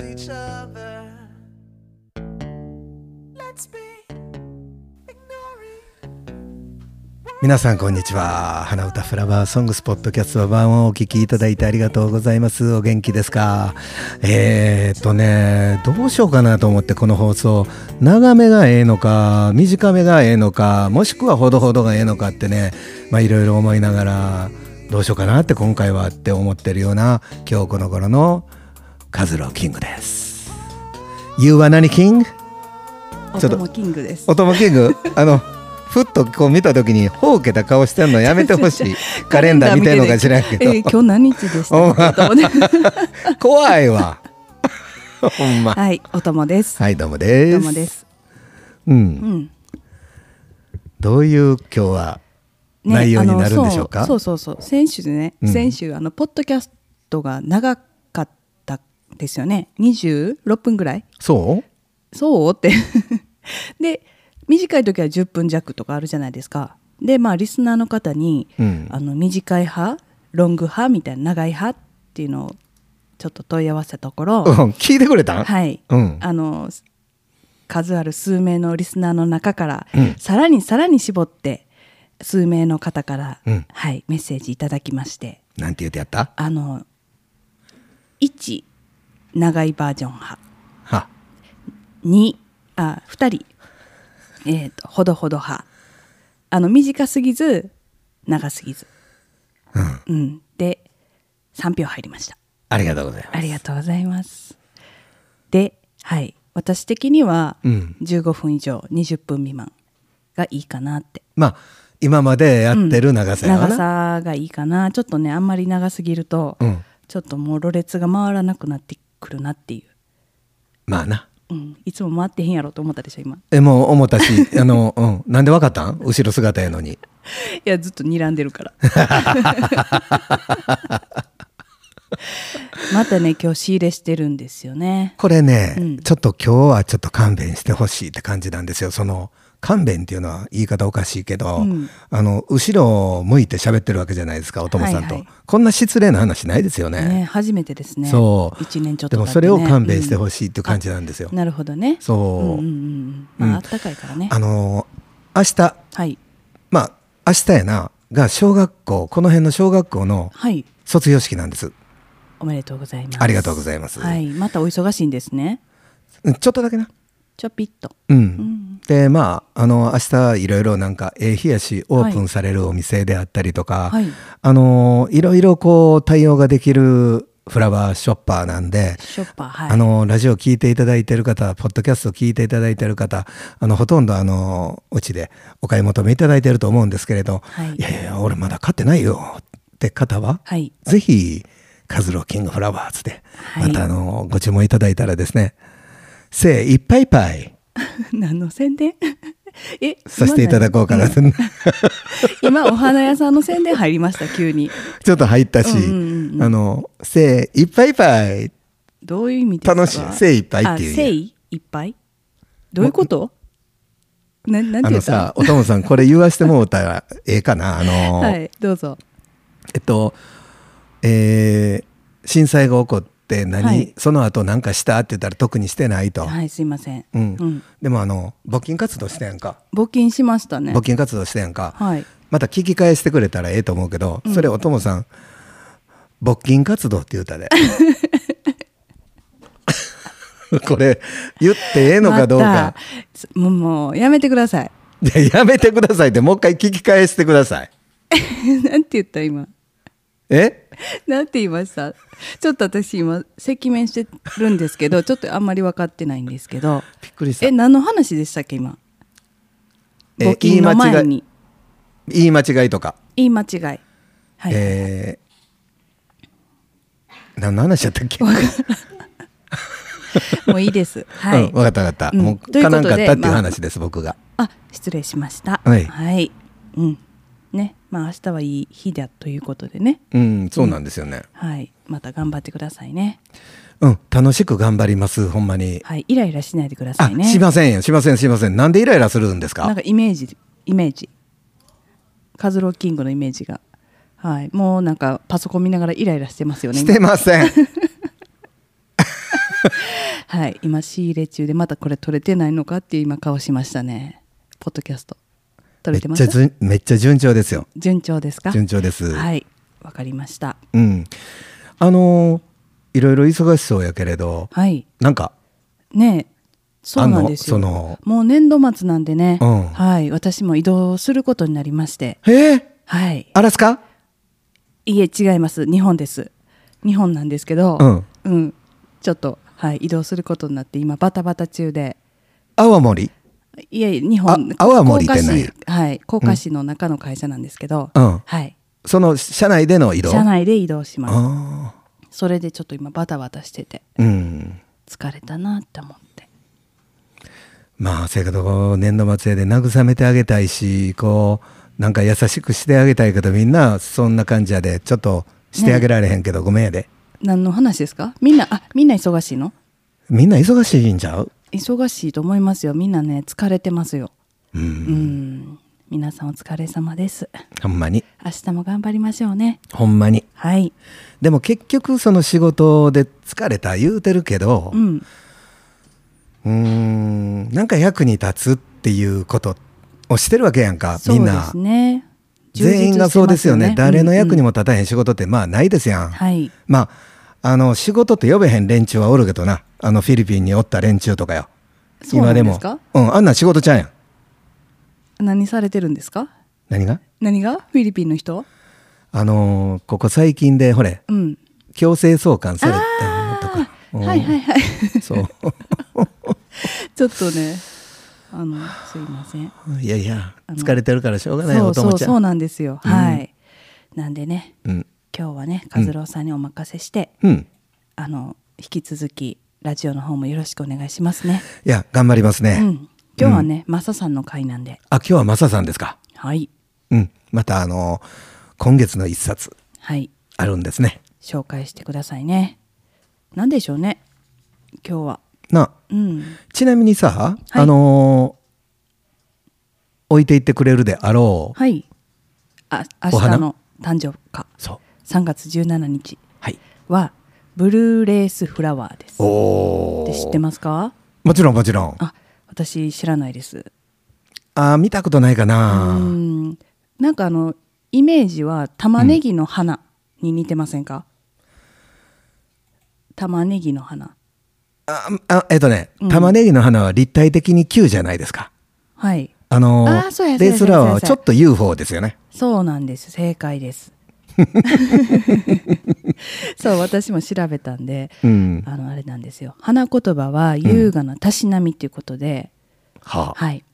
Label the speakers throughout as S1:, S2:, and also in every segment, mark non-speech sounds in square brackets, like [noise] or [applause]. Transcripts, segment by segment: S1: each other. Let's be ignoring.
S2: 皆さんこんにちは花歌フラワーソングスポッドキャスト版をお聞きいただいてありがとうございますお元気ですかえー、っとねどうしようかなと思ってこの放送長めがええのか短めがええのかもしくはほどほどがええのかってねまあいろいろ思いながらどうしようかなって今回はって思ってるような今日この頃のカズローキングです。You は何キング
S3: お
S2: ちょっと
S3: ともキングです。
S2: おともキングあのふっとこう見た時にほうけた顔してんのやめてほしい [laughs] カレンダー見てんのか知らんけ
S3: え
S2: [laughs]
S3: ー
S2: ど
S3: 今日何日でしたか。おともで
S2: 怖いわ [laughs] ほんま
S3: はい、おと
S2: [laughs]
S3: もです。
S2: はいどうも
S3: お
S2: で
S3: と
S2: す
S3: もです。
S2: う
S3: うんん。
S2: どういう今日は
S3: ね
S2: 内容になるんでしょう
S3: あ
S2: か
S3: のそうそうそうそう。先週でね、
S2: うん
S3: 先週あのポッドキャストが長かったですよね。二十六分ぐらい。
S2: そう
S3: そうって [laughs] で短い時は10分弱とかあるじゃないですかでまあリスナーの方に、
S2: うん
S3: あの短い派ロング派みたいな長い派っていうのをちょっと問い合わせたところ、
S2: うん聞いてくれたん
S3: はい、
S2: うん
S3: あの数ある数名のリスナーの中から、さらにさらに絞って数名の方から、
S2: うん
S3: はい、メッセージいただきまして
S2: なんて言ってやった
S3: あの1長いバージョン派
S2: は
S3: 2あ2人、えー、とほどほど派あの短すぎず長すぎず、うんで3票入りました
S2: ありがとうございます
S3: ありがとうございますではい私的には
S2: うん
S3: 15分以上20分未満がいいかなって
S2: まあ今までやってる長さやわな、
S3: 長さがいいかなちょっとねあんまり長すぎると、
S2: うん
S3: ちょっともうろれつが回らなくなってくるなってい
S2: まあな
S3: う、うん、いつも回ってへんやろと思ったでしょ今
S2: えもう思ったしあの、うん、なんでわかったん後ろ姿やのに
S3: いやずっと睨んで
S2: [laughs]
S3: るからまたね今日仕入れしてるんですよね
S2: これね、
S3: うん
S2: ちょっと今日はちょっと勘弁してほしいって感じなんですよ。その勘弁っていうのは言い方おかしいけど、
S3: うん
S2: あの後ろを向いて喋ってるわけじゃないですか、お友さんと、
S3: はいはい
S2: こんな失礼な話ないですよね。
S3: ね初めてですね
S2: そう。
S3: 1年ちょっと
S2: でも
S3: 経
S2: そ
S3: てね
S2: れを勘弁してほしいっていう感じなんですよ。
S3: なるほどね
S2: そう
S3: うんうんうんうんまあ、
S2: うん
S3: あったかいからね
S2: あの明日
S3: はい
S2: まあ明日やなが小学校この辺の小学校の
S3: はい
S2: 卒業式なんです。
S3: おめでとうございます
S2: ありがとうございます
S3: はいまたお忙しいんですね
S2: うんちょっとだけな。
S3: ちょぴっと
S2: うん、でまああの明日いろいろなんかええ日やしオープンされるお店であったりとか、
S3: はい
S2: あのいろいろこう対応ができるフラワーショッパーなんで、
S3: ショッパーはい
S2: あのラジオ聞いていただいてる方ポッドキャスト聞いていただいてる方あのほとんどあのうちでお買い求めいただいてると思うんですけれど、
S3: はい
S2: いやいや俺まだ買ってないよって方は、
S3: はい [laughs]
S2: ぜひ、カズローキングフラワーズで、
S3: はい
S2: またあの、ご注文いただいたらですね、せいいっぱいいっぱい
S3: 何の宣伝 [laughs] え
S2: させていただこうかな。
S3: 今何今お花屋さんの宣伝入りました急に
S2: [laughs] ちょっと入ったし、
S3: うんうんうんうん
S2: あの、せいいっぱいいっぱい。
S3: どういう意味ですか
S2: 楽しい誠意いっぱいっていう意味
S3: あ誠意いっぱいどういうことななん
S2: あ
S3: て言
S2: の
S3: った
S2: さ、おともさん、これ言わしてもうたらええかな。あの、
S3: はいどうぞ
S2: えっと、えー震災が起こって何、
S3: はい
S2: その後なんかしたって言ったら特にしてないと。
S3: はいすいません、
S2: うん
S3: うん
S2: でもあの、募金活動してやんか。
S3: 募金しましたね
S2: 募金活動してやんか。
S3: はい
S2: また聞き返してくれたらええと思うけど、それおともさん「募金活動」って言う
S3: [laughs]
S2: たでこれ言ってええのかどうか
S3: ま、たすもうもうやめてください [laughs]
S2: でやめてくださいってもう一回聞き返してください
S3: なんて言った今
S2: え
S3: なんて言いましたちょっと私今赤面してるんですけどちょっとあんまり分かってないんですけど
S2: びっくりした
S3: え何の話でしたっけ今
S2: え
S3: 募金の前に
S2: 言い間違いとか、
S3: 言い間違いはい、
S2: えー、何の話やったっけ、
S3: もうい
S2: [laughs]
S3: いですはい、
S2: うん、分かった分かった、
S3: うん
S2: もう
S3: というこ
S2: か
S3: とで
S2: なんかったっていう
S3: まあ
S2: 話です、僕が
S3: あ失礼しました
S2: はい
S3: うんねまあ明日はいい日だということでね
S2: うんそうなんですよね
S3: はいまた頑張ってくださいね
S2: うん楽しく頑張りますほんまに、
S3: はいイライラしないでくださ
S2: あ
S3: いね
S2: しませんよしませんしませんなんでイライラするんですか
S3: なんかイメージイメージカズローキングのイメージがはい [laughs] もうなんかパソコン見ながらイライラしてますよね
S2: してません。
S3: はい今仕入れ中でまたこれ取れてないのかっていう今顔しましたねポッドキャスト取
S2: め
S3: れ
S2: って
S3: ま
S2: ちゃ
S3: す
S2: 順めっちゃ順調ですよ
S3: 順調ですか
S2: 順調です
S3: はいわかりました
S2: うんあのーいろいろ忙しそうやけれど
S3: はい
S2: なんか
S3: ねえそうなんですよ
S2: あの
S3: もう年度末なんでね、
S2: うん
S3: はい私も移動することになりまして
S2: そのえー、
S3: はい
S2: アラスカ
S3: いいえ違います日本です日本なんですけど
S2: うん、
S3: うんちょっと、はい、移動することになって今バタバタ中で
S2: 泡盛
S3: いえ日本
S2: あ泡盛ってなんや
S3: 福岡市はい福岡市の中の会社なんですけど、
S2: うん
S3: はい
S2: その社内での移動
S3: 社内で移動します
S2: あ
S3: それでちょっと今バタバタしてて
S2: ーうん
S3: 疲れたなって思って
S2: まあ生活を年度末やで慰めてあげたいしこうなんか優しくしてあげたいけどみんなそんな感じやでちょっとしてあげられへんけど、ごめんやで
S3: 何の話ですかみんなあみんな忙しいの
S2: みんな忙しいんちゃう
S3: 忙しいと思いますよみんなね疲れてますよ
S2: うん、
S3: うん皆さんお疲れ様です
S2: ほんまに
S3: 明日も頑張りましょうね
S2: ほんまに
S3: はい
S2: でも結局その仕事で疲れた言うてるけど
S3: う、ん
S2: うーんなんか役に立つっていうことをしてるわけやんかみ
S3: そ
S2: ん
S3: うで
S2: な、
S3: すね
S2: 全員がそうですよね誰の役に
S3: も、
S2: も立たへん仕事ってまあないですやん、
S3: うんうんはい
S2: まああの仕事と呼べへん連中はおるけどなあのフィリピンにおった連中とかよ
S3: そうなんです
S2: 今
S3: か
S2: でも、うん、あんなん仕事ちゃうやん
S3: 何されてるんですか
S2: 何が
S3: 何がフィリピンの人
S2: あのーここ最近でほれ
S3: うん
S2: 強制送還されたと
S3: あ
S2: か
S3: あはいはいはい
S2: うんそう
S3: ちょっとねあのすいません
S2: いやいや
S3: あの
S2: 疲れてるからしょうがない
S3: そ
S2: お
S3: うそ
S2: 友
S3: う
S2: ちゃ
S3: そうんなんですよ、
S2: うん
S3: はいなんでね
S2: うん
S3: 今日はね和郎さんにお任せして、
S2: うん
S3: あの引き続きラジオの方もよろしくお願いしますね。
S2: いや頑張りますね、
S3: うん、今日はね、マサさんの回なんで、
S2: あ今日はマサさんですか
S3: はい
S2: うんまたあのー今月の一冊
S3: はい
S2: あるんですね
S3: 紹介してくださいね。なんでしょうね。今日は、
S2: な
S3: うん、
S2: ちなみにさ、
S3: はい
S2: あのー置いていってくれるであろう、
S3: はい。あ明
S2: お花
S3: 日の誕生日
S2: そう
S3: 3月17日
S2: はい
S3: はブルーレースフラワーです。っ
S2: お
S3: て知ってますか？
S2: もちろんもちろんあ
S3: あ、私知らないです。
S2: あー見たことないか
S3: う
S2: な、
S3: ん、なんかあのイメージは玉ねぎの花に似てませんか？玉ねぎの花。
S2: ああえっとね、
S3: うん
S2: 玉ねぎの花は立体的に球じゃないですか
S3: はい、
S2: あの
S3: あーそうや
S2: レース
S3: そうやそうや
S2: ラワーは
S3: そう
S2: ちょ
S3: や
S2: っと UFO ですよね
S3: そうなんです。正
S2: [laughs]
S3: 解です。そう、私も調べたんで、
S2: うん
S3: あのあれなんですよ。花言葉は優雅なたしなみっていうことで、
S2: はあ
S3: はい。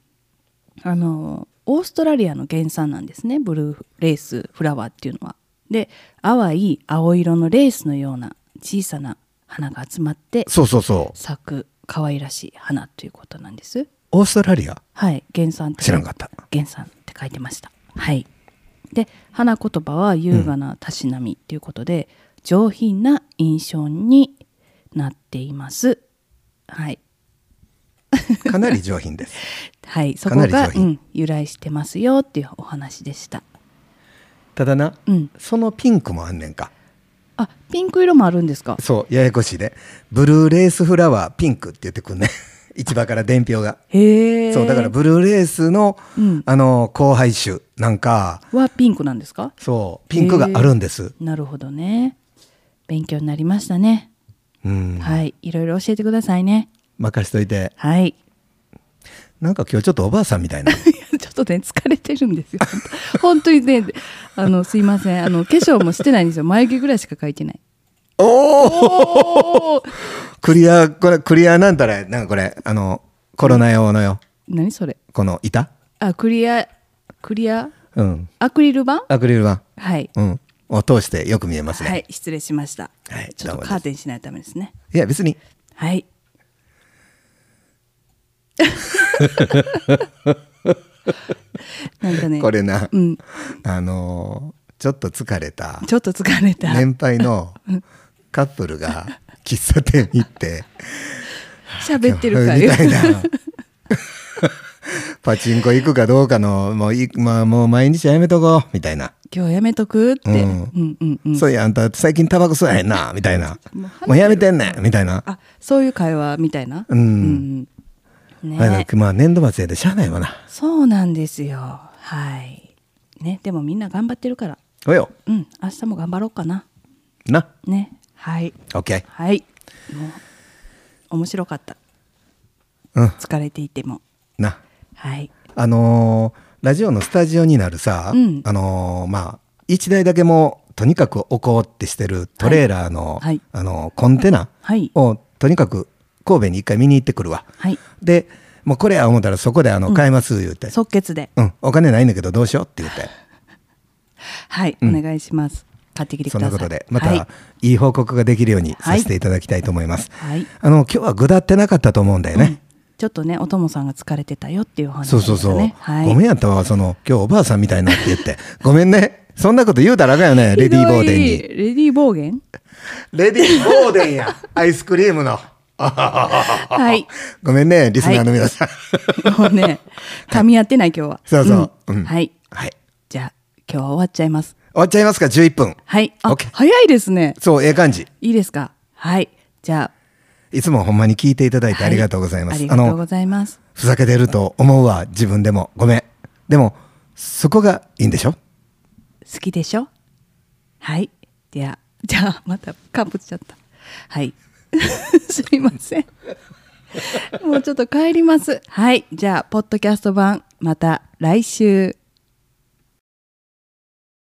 S3: あのオーストラリアの原産なんですね。ブルーレースフラワーっていうのは。で、淡い青色のレースのような小さな花が集まって
S2: そうそうそう
S3: 咲く可愛らしい花ということなんです。
S2: オーストラリア
S3: はい、原産って
S2: 知らんかった
S3: 原産って書いてました。はい。で、花言葉は優雅なたしなみということで、上品な印象になっています。はい。
S2: かなり上品です
S3: はい、そ
S2: か
S3: こ
S2: なり
S3: が、
S2: 上
S3: う
S2: 品
S3: ん、由来してますよっていうお話でした。
S2: [laughs] ただな、
S3: うん。
S2: そのピンクもあんねんか
S3: あ、ピンク色もあるんですか。
S2: そうややこしいでブルーレースフラワーピンクって言ってくんね [laughs] 市場から伝票が、
S3: へえ。
S2: そうだからブルーレースの、
S3: うん
S2: あの交配種なんか
S3: はピンクなんですか。
S2: そうピンクがあるんです、
S3: なるほどね。勉強になりましたね。
S2: うん、
S3: はい、いろいろ教えてくださいね。
S2: 任しといて
S3: はい。
S2: なんか今日ちょっとおばあさんみたいな
S3: ちょっとね疲れてるんですよ。本当にね、あのすいません、あの化粧もしてないんですよ。眉毛ぐらいしか描いてない。おお。
S2: [laughs] クリアこれクリアなんたらなんかこれあのコロナ用のよ
S3: 何それ？
S2: この板
S3: あ、クリアクリア
S2: うん
S3: アクリル板？
S2: アクリル板
S3: はい。
S2: うんを通してよく見えますね、、
S3: はいい、失礼しました。
S2: はい
S3: ちょっ
S2: どうもです
S3: とカーテンしないためですね。
S2: や別に [laughs]
S3: はい。なんかね、
S2: これな、
S3: うん、
S2: あのーちょっと疲れた
S3: ちょっと疲れた。
S2: 年配のカップルが喫茶店に行って
S3: 喋ってるか
S2: [laughs] み
S3: ら
S2: たいなパチンコ行くかどうかのもういまあもう毎日はやめとこうみたいな
S3: 今日やめとくって、
S2: う
S3: うんん、うんうん
S2: そういやあんた最近タバコ吸わへんなみたいな
S3: もう離れてる
S2: もうやめてんねんみたいな
S3: あそういう会話みたいな、
S2: うん
S3: うん
S2: ま
S3: ね
S2: あまあ年度末やでしゃあないわな
S3: そうなんですよはいねでもみんな頑張ってるから
S2: およ
S3: うん明日も頑張ろうかな
S2: な
S3: ねはい
S2: オッケー
S3: はいもう面白かった
S2: うん
S3: 疲れていても
S2: な
S3: はい
S2: あのーラジオのスタジオになるさ、
S3: うん
S2: あのーまあ一台だけもうとにかくおこうってしてるトレーラーの、
S3: はい
S2: あのーコンテナ
S3: はい
S2: をとにかく神戸に一回見に行ってくるわ
S3: はい
S2: でもうこれや思ったらそこであの買えます言うて、
S3: 即決で
S2: うんお金ないんだけどどうしようって言って
S3: はい、
S2: うん
S3: お願いします買ってきてく
S2: そ
S3: だ
S2: ん
S3: さ
S2: な
S3: い
S2: ことでまた、
S3: はいい、、
S2: い報告ができるようにさせていただきたいと思います、
S3: はい
S2: あの今日はぐだってなかったと思うんだよ
S3: う
S2: ね、
S3: んちょっとねおともさんが疲れてたよっていうお話
S2: そう
S3: でし
S2: そう
S3: た
S2: そう、
S3: ねはい
S2: ごめんやったわその今日おばあさんみたいなって言ってごめんねそんなこと言うたらあかんよねレディー・ボーデン
S3: ひ
S2: に
S3: どいレディーボーゲン
S2: レディー・ボーデンやアイスクリームの
S3: はい
S2: ごめんねリスナーの皆さん、
S3: もうね噛み合ってない今日は
S2: そうそううん
S3: はい
S2: はい
S3: じゃあ今日は終わっちゃいます
S2: 終わっちゃいますか11分
S3: はいあ
S2: OK
S3: 早いですね
S2: そうええ感じ
S3: いいですかはいじゃ
S2: いつもほんまに聞いていただ
S3: あ
S2: いてありがとうございます、
S3: はあ
S2: あ
S3: りがとうご
S2: の
S3: ざいます
S2: ふざけてると思うわ自分でもごめんでもそこがいいんでしょ
S3: 好きでしょはいではじゃあまたかぶっちゃったはい [laughs] すみませんもうちょっと帰りますはいじゃあポッドキャスト版また来週